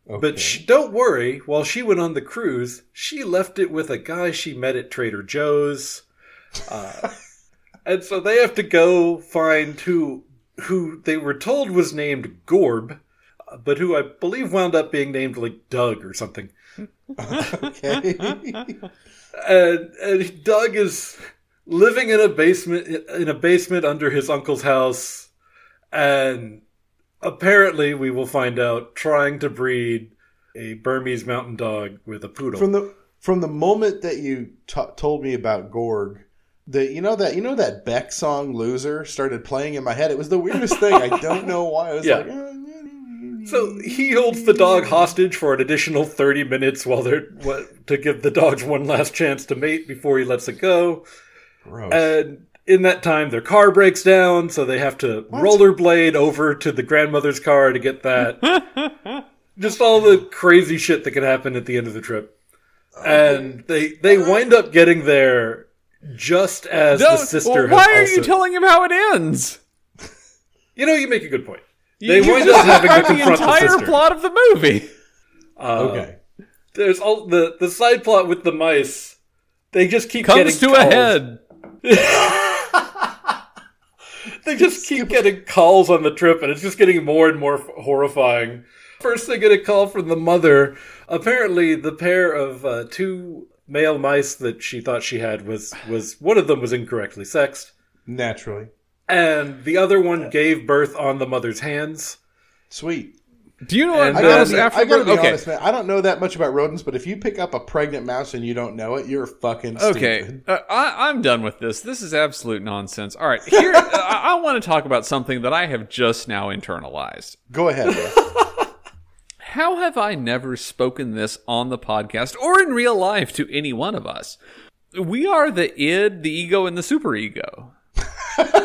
But Okay. sh don't worry, while she went on the cruise, she left it with a guy she met at Trader Joe's. Uh, and so they have to go find who who they were told was named Gorb, uh, but who I believe wound up being named like Doug or something. okay. And, and Doug is living in a basement in a basement under his uncle's house and apparently we will find out trying to breed a Burmese mountain dog with a poodle. from the from the moment that you t- told me about Gorg, that you know that you know that Beck song "Loser" started playing in my head. It was the weirdest thing. I don't know why. I was Yeah. like, "Uh, So he holds the dog hostage for an additional 30 minutes while they're what, to give the dogs one last chance to mate before he lets it go. Uh, gross. And in that time, their car breaks down, so they have to rollerblade over to the grandmother's car to get that. Just all the crazy shit that could happen at the end of the trip. Oh. And they they wind up getting there just as the Don't- well, sister. why has are also- you telling him how it ends? You know, you make a good point. You- They you wind up having to described the confront the entire sister. plot of the movie. Uh, okay. there's all the the side plot with the mice. They just keep Comes to getting a calls. head. They just keep getting calls on the trip, and it's just getting more and more f- horrifying. First, they get a call from the mother. Apparently, the pair of uh, two male mice that she thought she had was was one of them was incorrectly sexed, Naturally, and the other one gave birth on the mother's hands. sweet. Do you know what? And uh, I then- gotta, happens be, after I gotta be okay. honest, man. I don't know that much about rodents, but if you pick up a pregnant mouse and you don't know it, you're fucking Okay, stupid. uh, I, I'm done with this. This is absolute nonsense. All right, here uh, I, I want to talk about something that I have just now internalized. Go ahead. Bro. How have I never spoken this on the podcast or in real life to any one of us? We are the id, the ego, and the superego,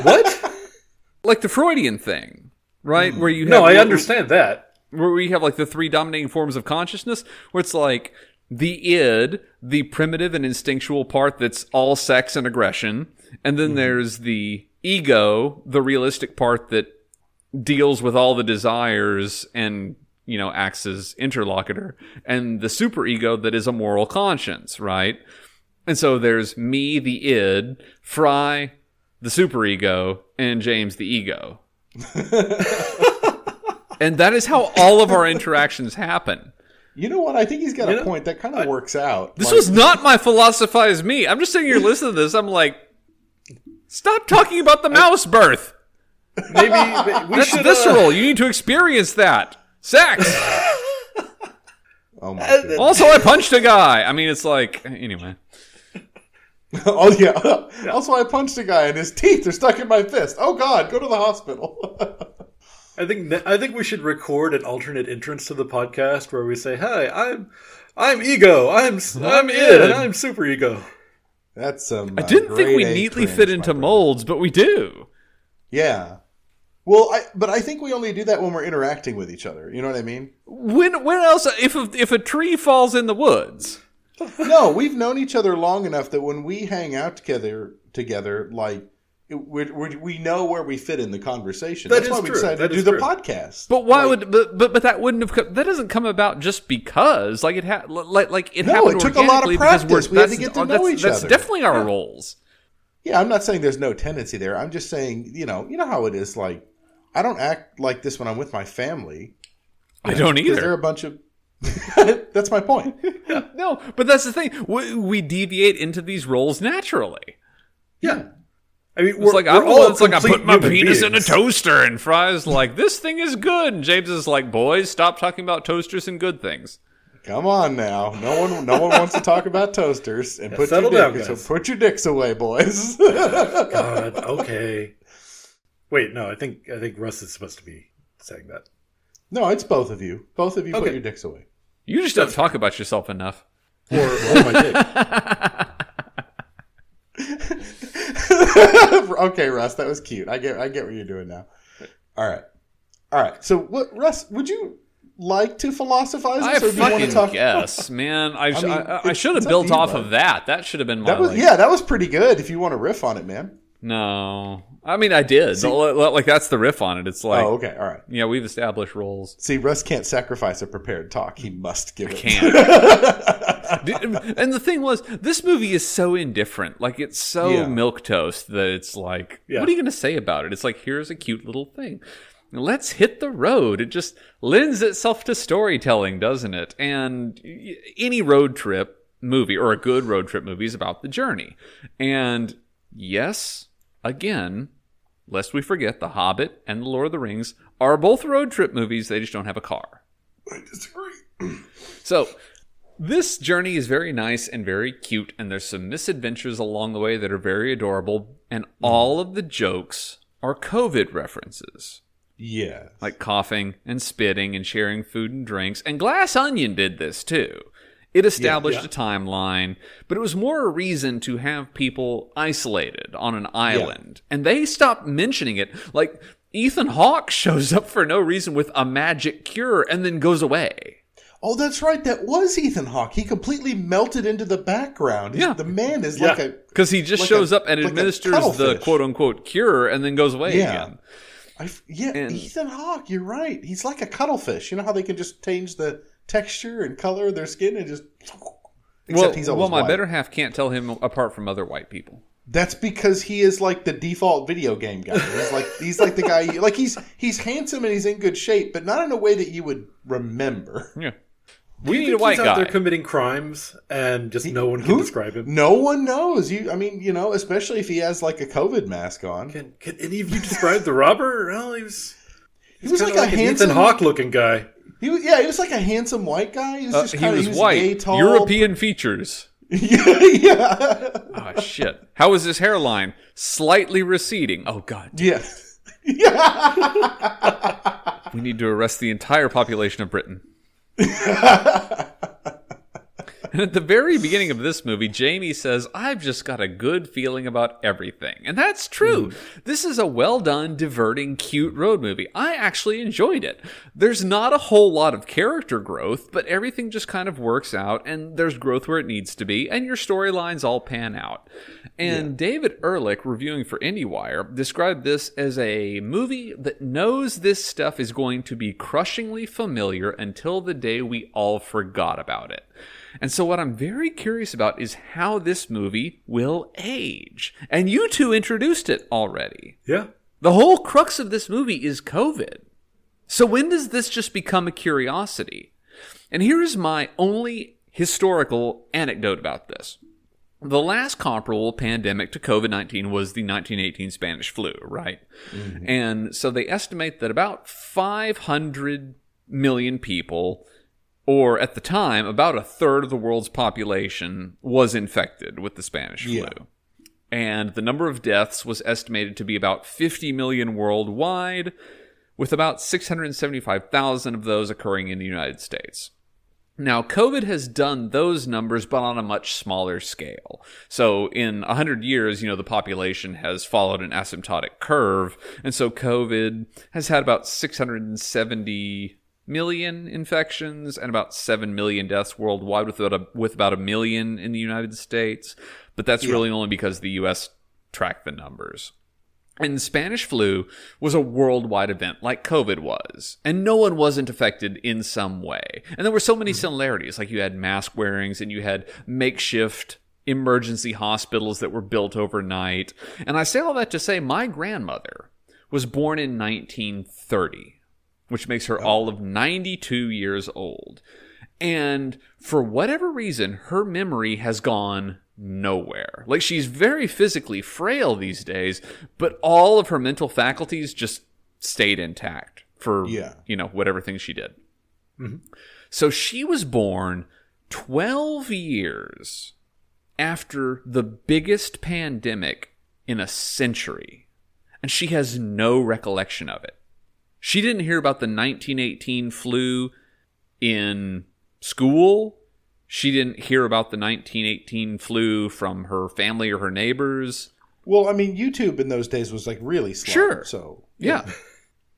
What? like the Freudian thing, right? Where you have, no, I understand that. where we have like the three dominating forms of consciousness, where it's like the id, the primitive and instinctual part that's all sex and aggression, and then there's the ego, the realistic part that deals with all the desires and you know acts as interlocutor, and the superego that is a moral conscience, right? And so there's me, the id, Fry, the superego, and James, the ego. and that is how all of our interactions happen. You know what? I think he's got You a know, point. That kind of works out. This Like, was not my philosophize me. I'm just sitting here listening to this. I'm like, stop talking about the mouse birth. Maybe we That's should. uh, visceral. You need to experience that. Sex. Oh my god. also, I punched a guy. I mean, it's like, anyway. Oh yeah. Also, I punched a guy and his teeth are stuck in my fist. Oh God, go to the hospital. I think ne- I think we should record an alternate entrance to the podcast where we say, "Hi, I'm I'm ego. I'm s- I'm it. And I'm super ego." That's some. uh, I didn't think we neatly fit into molds, but we do. Yeah. Well, I but I think we only do that when we're interacting with each other. You know what I mean? When when else if a, if a tree falls in the woods? no, we've known each other long enough that when we hang out together, together, like it, we we we know where we fit in the conversation. That That's is why we true. decided That to do is the true. podcast. But why would but, but but that wouldn't have come, that doesn't come about just because like it ha- like like it No, happened it took a lot of organically because practice. We're, We had to that's- get to know that's, each that's other. definitely our roles. Yeah, I'm not saying there's no tendency there. I'm just saying, you know, you know how it is. Like, I don't act like this when I'm with my family. I don't Because they're either. a bunch of. That's my point. No, but that's the thing. We, we deviate into these roles naturally. Yeah, I mean, we're, It's like we're I'm the all one that's like I complete put my human penis in a beings. toaster, and Fry's like, "This thing is good." And James is like, "Boys, stop talking about toasters and good things." Come on now. No one no one wants to talk about toasters and Yeah, put your settle down, dicks, so guys. put your dicks away, boys. God, okay. Wait, no, I think I think Russ is supposed to be saying that. no, it's both of you. Both of you put Okay. your dicks away. You just don't talk about yourself enough. Or oh my dick. okay, Russ, that was cute. I get I get what you're doing now. All right. All right. So what Russ, would you like to philosophize I us or do you want fucking to talk guess, man. I, sh- mean, I, I- I it's- should have it's up built to you, off bud. of that. That should have been my. That was like- yeah, that was pretty good if you want to riff on it, man. No, I mean I did. Li- li- like that's the riff on it. It's like oh, okay. All right. yeah, we've established roles. See, Russ can't sacrifice a prepared talk. He must give it. Can't. D- and the thing was, this movie is so indifferent. Like it's so Yeah. milk toast that it's like, Yeah. what are you going to say about it? It's like here's a cute little thing. Let's hit the road. It just lends itself to storytelling, doesn't it? And y- any road trip movie or a good road trip movie is about the journey. And yes, again, lest we forget, The Hobbit and The Lord of the Rings are both road trip movies. They just don't have a car. So this journey is very nice and very cute, and there's some misadventures along the way that are very adorable, and all of the jokes are COVID references. Yeah. Like coughing and spitting and sharing food and drinks. And Glass Onion did this too. It established a timeline, but it was more a reason to have people isolated on an island. And they stopped mentioning it. Like Ethan Hawke shows up for no reason with a magic cure and then goes away. Oh, that's right. That was Ethan Hawke. He completely melted into the background. He's- Yeah. The man is Yeah. like a. Because he just Like shows a- up and like a administers the cuttlefish. quote unquote cure and then goes away Yeah. again. I f yeah, And- Ethan Hawke. You're right. He's like a cuttlefish. You know how they can just change the texture and color of their skin and just. well, Except he's always well, my white. better half can't tell him apart from other white people. That's because he is like the default video game guy. He's like he's like the guy. Like he's he's handsome and he's in good shape, but not in a way that you would remember. Yeah. We You need think a white he's out guy. there committing crimes, and just no one can Who- describe him. No one knows. You, I mean, you know, especially if he has like a COVID mask on. Can Can any of you describe the robber? Well, he was He was like, kinda a an handsome. Ethan Hawke looking guy. He was, yeah, he was like a handsome white guy. He was Uh, just he kinda- was gay, white, tall. European features. yeah, yeah, Oh, shit. How is his hairline? Slightly receding. Oh, God. yeah, yeah. We need to arrest the entire population of Britain. And at the very beginning of this movie, Jamie says, I've just got a good feeling about everything. And that's true. This is a well done, diverting, cute road movie. I actually enjoyed it. There's not a whole lot of character growth, but everything just kind of works out, and there's growth where it needs to be, and your storylines all pan out. And David Ehrlich, reviewing for IndieWire, described this as a movie that knows this stuff is going to be crushingly familiar until the day we all forgot about it. And so, what I'm very curious about is how this movie will age. And you two introduced it already. Yeah, The whole crux of this movie is COVID. So, when does this just become a curiosity? And here is my only historical anecdote about this. The last comparable pandemic to COVID 19 was the 1918 Spanish flu, right? And so they estimate that about 500 million people or at the time, about a third of the world's population was infected with the Spanish flu. Yeah. And the number of deaths was estimated to be about 50 million worldwide, with about 675,000 of those occurring in the United States. Now, COVID has done those numbers, but on a much smaller scale. So, in 100 years, you know, the population has followed an asymptotic curve. And so, COVID has had about 670 million infections and about 7 million deaths worldwide, with about a, with about a million in the United States. But that's really only because the U.S. tracked the numbers. And Spanish flu was a worldwide event like COVID was, and no one wasn't affected in some way. And there were so many similarities, like you had mask wearings and you had makeshift emergency hospitals that were built overnight. And I say all that to say my grandmother was born in 1930, which makes her all of 92 years old. And for whatever reason, her memory has gone nowhere. Like she's very physically frail these days, but all of her mental faculties just stayed intact for Yeah. you know whatever thing she did. So she was born 12 years after the biggest pandemic in a century, and she has no recollection of it. She didn't hear about the 1918 flu in school. She didn't hear about the 1918 flu from her family or her neighbors. Well, I mean, YouTube in those days was like really slow. Sure. So Yeah.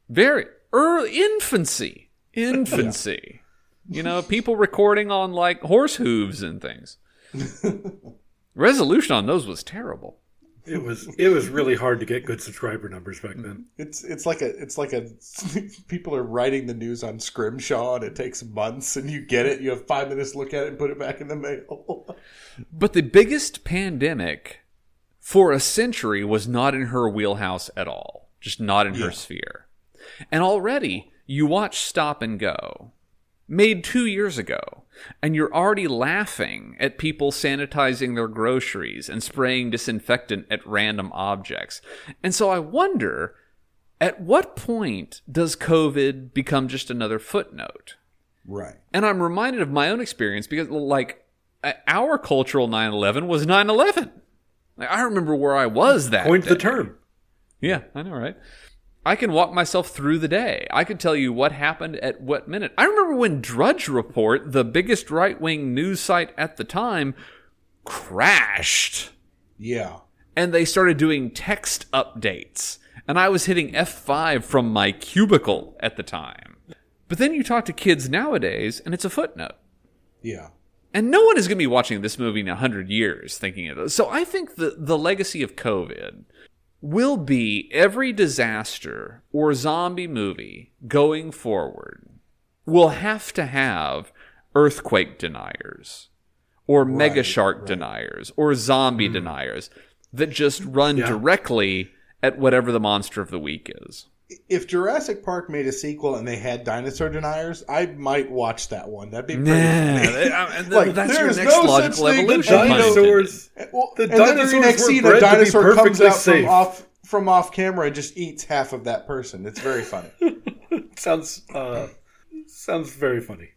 Very early infancy. Infancy. You know, people recording on like horse hooves and things. Resolution on those was terrible. It was it was really hard to get good subscriber numbers back then. it's it's like a it's like a people are writing the news on Scrimshaw and it takes months and you get it. You have five minutes to look at it and put it back in the mail. But the biggest pandemic for a century was not in her wheelhouse at all, just not in her Yeah. sphere. And already, you watch Stop and Go, made two years ago, and you're already laughing at people sanitizing their groceries and spraying disinfectant at random objects. And so I wonder at what point does COVID become just another footnote? right. And I'm reminded of my own experience because, like, uh, our cultural 9 11 was 9 11. Like, I remember where I was Mm. that Point day. the term. Yeah, I know, right? I can walk myself through the day. I can tell you what happened at what minute. I remember when Drudge Report, the biggest right wing news site at the time, crashed Yeah. and they started doing text updates. And I was hitting F5 from my cubicle at the time. But then you talk to kids nowadays and it's a footnote. Yeah. And no one is going to be watching this movie in 100 years thinking of this. So I think the, the legacy of COVID will be every disaster or zombie movie going forward will have to have earthquake deniers or mega shark deniers or zombie deniers that just run directly at whatever the monster of the week is. If Jurassic Park made a sequel and they had dinosaur deniers, I might watch that one. That'd be pretty funny. Like, that's there your is next no such logical thing as evolution. Dinosaurs. Dinosaurs. Well, The and then the very dinosaurs next were scene, a bred to be dinosaur comes perfectly out safe. from off from off camera and just eats half of that person. It's very funny. Sounds uh, sounds very funny.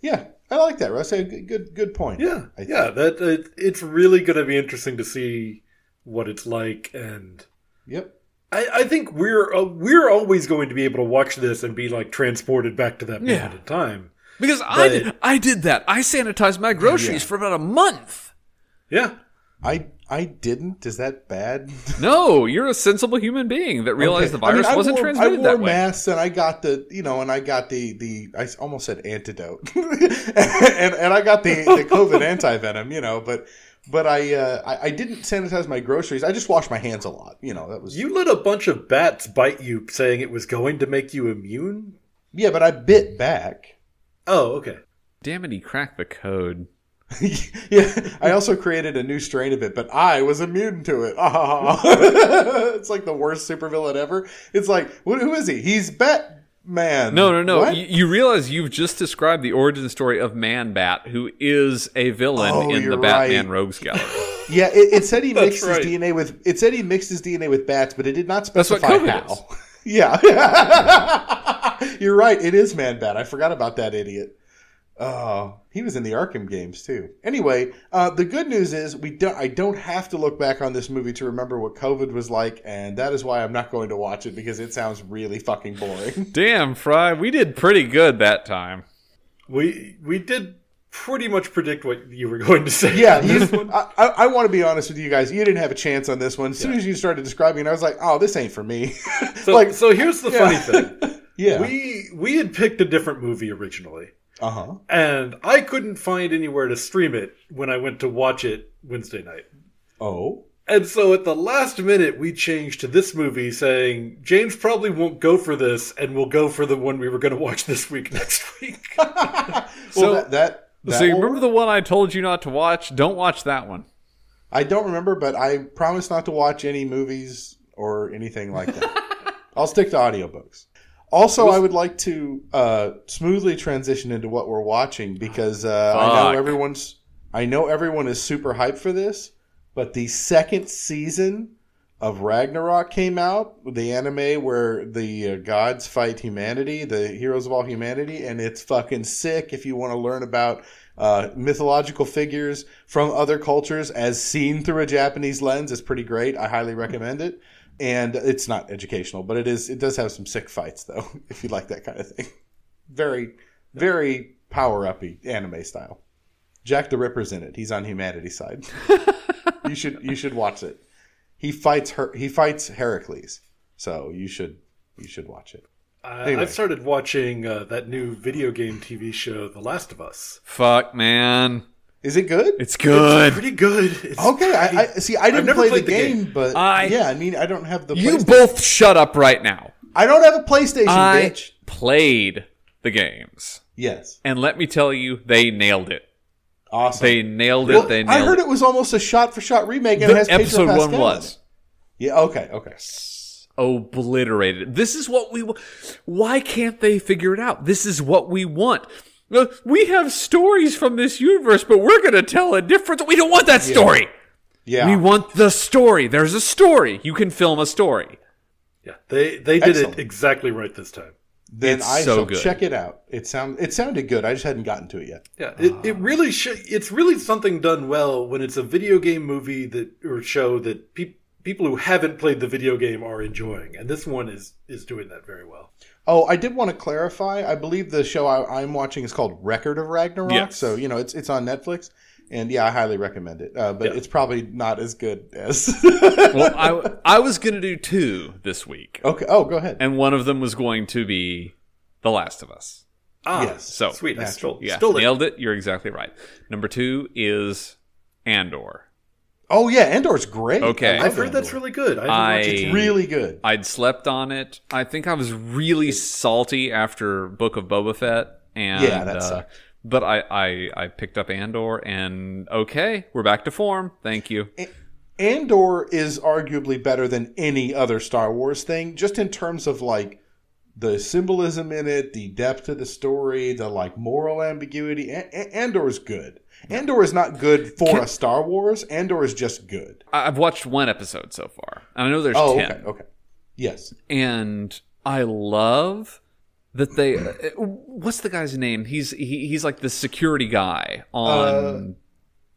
yeah, I like that. Russ, a good good, good point. Yeah, I- yeah. That it, it's really going to be interesting to see what it's like, and Yep. I, I think we're uh, we're always going to be able to watch this and be like transported back to that moment Yeah. in time. Because I But- did, I did that. I sanitized my groceries Yeah. for about a month. Yeah, I I didn't. Is that bad? No, you're a sensible human being that realized the I mean, virus I wasn't wore- transmitted I wore that way. masks and I got the you know and I got the the I s- almost said antidote and and I got the the COVID anti venom you know but but I, uh, I I didn't sanitize my groceries I just washed my hands a lot you know that was you let a bunch of bats bite you, saying it was going to make you immune. yeah but I bit back Oh, okay. Damn it, he cracked the code. yeah I also created a new strain of it but I was immune to it it's like the worst supervillain ever it's like what, who is he he's Batman No, no, no. What? You, you realize you've just described the origin story of Man Bat, who is a villain Oh, in the you're Batman right. Rogues Gallery. Yeah, it, it said he mixed right. his DNA with it said he mixed his DNA with bats, but it did not That's what specify COVID how. is. yeah, you're right. It is man bat. I forgot about that idiot. Oh, he was in the Arkham games too. Anyway, uh, the good news is we don't. I don't have to look back on this movie to remember what COVID was like, and that is why I'm not going to watch it because it sounds really fucking boring. Damn, Fry, we did pretty good that time. We we did pretty much predict what you were going to say. Yeah, you, I, I, I want to be honest with you guys. You didn't have a chance on this one. As soon as you started describing, it, I was like, "Oh, this ain't for me." So like- so here's the Yeah. funny thing. yeah. We we had picked a different movie originally. uh huh. and I couldn't find anywhere to stream it when I went to watch it Wednesday night. Oh. And so at the last minute, we changed to this movie saying, James probably won't go for this, and we'll go for the one we were going to watch this week next week. Uh, well, So- that, that, that so you will remember the work. one I told you not to watch? Don't watch that one. I don't remember, but I promise not to watch any movies or anything like that. I'll stick to audiobooks. Also, I would like to uh, smoothly transition into what we're watching because uh, I Fuck. know everyone's I know everyone is super hyped for this, but the second season of Ragnarok came out, the anime where the uh, gods fight humanity, the heroes of all humanity, and it's fucking sick if you want to learn about uh, mythological figures from other cultures as seen through a Japanese lens. It's pretty great. I highly recommend it. And it's not educational, but it is. It does have some sick fights though, if you like that kind of thing. Very, very power uppy anime style. Jack the Ripper's in it. He's on humanity's side. you should you should watch it. He fights her. He fights Heracles. So you should you should watch it. I, Anyway. I've started watching uh, that new video game TV show, The Last of Us. Fuck, man. Is it good? It's good. Pretty good. It's okay. I, I see. I didn't never play the, played the game, game. but I- yeah. I mean, I don't have the. You PlayStation. both shut up right now. I don't have a PlayStation, I bitch. played the games. Yes. And let me tell you, they nailed it. Awesome. They nailed it. Well, they nailed I heard it was almost a shot-for-shot remake, and it has The Pedro episode one Pascal in was it. Yeah. Okay. Okay. obliterated. This is what we. wa- Why can't they figure it out? This is what we want. Uh, We have stories from this universe, but we're going to tell a different. We don't want that story. Yeah. We want the story. There's a story. You can film a story. Yeah, they they did Excellent. it exactly right this time. then it's I so shall good. check it out. It sound it sounded good. I just hadn't gotten to it yet. Yeah, it, Um, it really sh- it's really something done well when it's a video game movie that or show that peop people who haven't played the video game are enjoying, and this one is is doing that very well. Oh, I did want to clarify. I believe the show I, I'm watching is called Record of Ragnarok. Yes. So you know it's it's on Netflix, and yeah, I highly recommend it. Uh, but Yeah. it's probably not as good as. Well, I I was going to do two this week, okay. Oh, go ahead. and one of them was going to be The Last of Us. Ah, Yes. uh, So, sweet, I natural. stole, Yeah, stole it. nailed it. You're exactly right. Number two is Andor. Oh yeah, Endor's great. Okay. I love I've heard that's Andor. really good. I, haven't watched it I- yet. really good. I'd slept on it. I think I was really salty after Book of Boba Fett, and Yeah, that uh, sucked. but I, I I picked up Andor, and okay, we're back to form. Thank you. Eh. Andor is arguably better than any other Star Wars thing, just in terms of like the symbolism in it, the depth of the story, the like moral ambiguity. A- A- Andor is good. Andor is not good for a Star Wars. Andor is just good. I- I've watched one episode so far. I know there's Oh, ten. okay, okay, yes. and I love that they. uh, What's the guy's name? He's he, he's like the security guy on.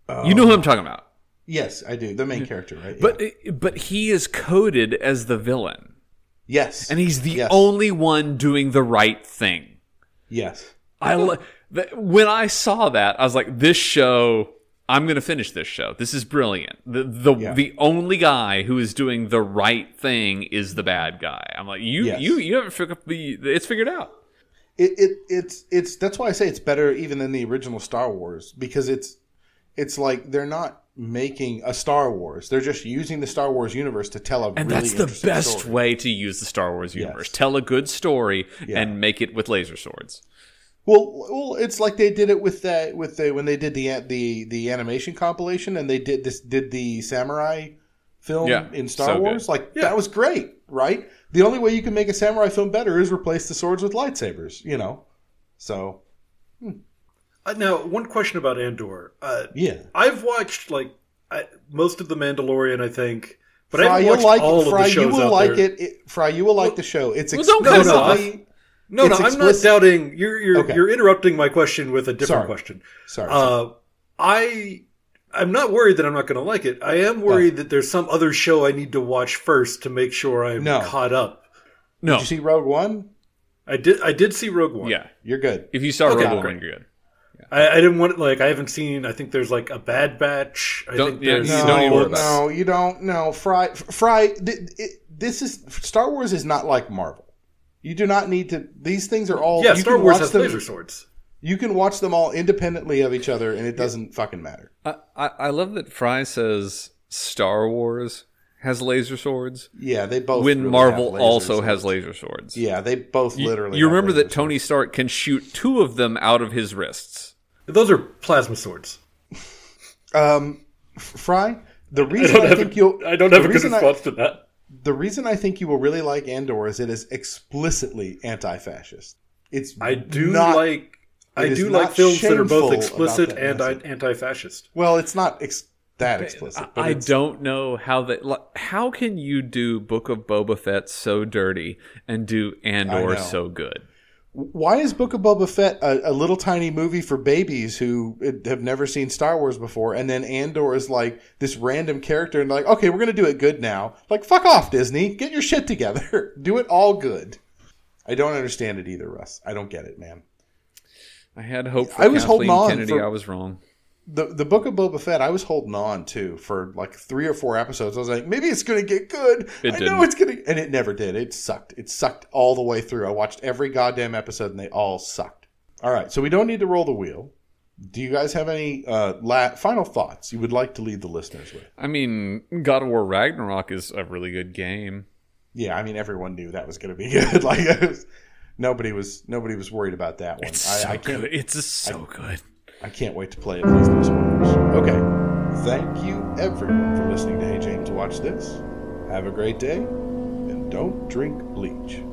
Uh, you know who oh, I'm talking about, Yes, I do. The main character, right? but but he is coded as the villain, Yeah. yes, and he's the Yes. only one doing the right thing. yes, I lo- th- when I saw that, I was like, "This show, I'm going to finish this show. This is brilliant." The the Yeah. the only guy who is doing the right thing is the bad guy. I'm like, "You Yes. you you haven't figured the it's figured out." it, it it's it's that's why I say it's better even than the original Star Wars because it's it's like they're not making a Star Wars; they're just using the Star Wars universe to tell a And really that's the interesting best story. way to use the Star Wars universe. Yes. Tell a good story Yeah. and make it with laser swords. Well, well, it's like they did it with that with the when they did the the the animation compilation and they did this did the samurai film Yeah, in Star so good. Wars. Like that was great, right? The only way you can make a samurai film better is replace the swords with lightsabers, you know. So Uh, now, one question about Andor. Uh, yeah, I've watched like I, most of the Mandalorian, I think, but I Fry, haven't you'll watched like all it. Fry, of the shows you will out like there. it. it. Fry, you will like the show. It's Well, don't cut us explicitly- No, It's no, explicit. I'm not doubting. You're you're, Okay. you're interrupting my question with a different Sorry. question. Sorry, Uh, I I'm not worried that I'm not going to like it. I am worried that there's some other show I need to watch first to make sure I'm No. caught up. No, did you see Rogue One? I did I did see Rogue One. yeah. You're good. If you saw Okay, Rogue great. One, you're good. I, I didn't want like I haven't seen. I think there's like a Bad Batch. I Don't- think yeah, there's you don't even worry about it. no, you don't. No, Fry, Fry. Th- it, this is Star Wars is not like Marvel. You do not need to. These things are all. yeah. you Star can Wars watch has them, laser swords. You can watch them all independently of each other, and it doesn't fucking matter. I, I, I love that Fry says Star Wars has laser swords Yeah, they both. when really Marvel have laser also swords. has laser swords. Yeah, they both You- literally. You have remember laser that Tony Stark can shoot two of them out of his wrists. Those are plasma swords. swords. Um, F- Fry. The reason I, think you'll. the reason I- to that. the reason I think you will really like Andor is it is explicitly anti-fascist. It's I do not, like. I is do like not films that are shameful both about explicit that and message. anti fascist. Well, it's not ex- that explicit. But I it's- don't know how that. li- How can you do Book of Boba Fett so dirty and do I know. Andor so good? Why is Book of Boba Fett a, a little tiny movie for babies who uh, have never seen Star Wars before? And then Andor is like this random character, and like, okay, we're gonna do it good now. Like, fuck off, Disney. Get your shit together. do it all good. I don't understand it either, Russ. I don't get it, man. I had hope for I was holding Kathleen on Kennedy. for- I was wrong. the the book of Boba Fett, I was holding on to for like three or four episodes. I was like, maybe it's gonna get good. It I didn't. know it's gonna, and it never did. It sucked. It sucked all the way through. I watched every goddamn episode, and they all sucked. All right, so we don't need to roll the wheel. Do you guys have any uh, la- final thoughts you would like to leave the listeners with? I mean, God of War Ragnarok is a really good game. Yeah, I mean, everyone knew that was gonna be good. like, it was, nobody was nobody was worried about that one. It's I, so I can't good. It's so good. I can't wait to play it. Please no spoilers. Okay. Thank you, everyone, for listening to Hey James Watch This. Have a great day, and don't drink bleach.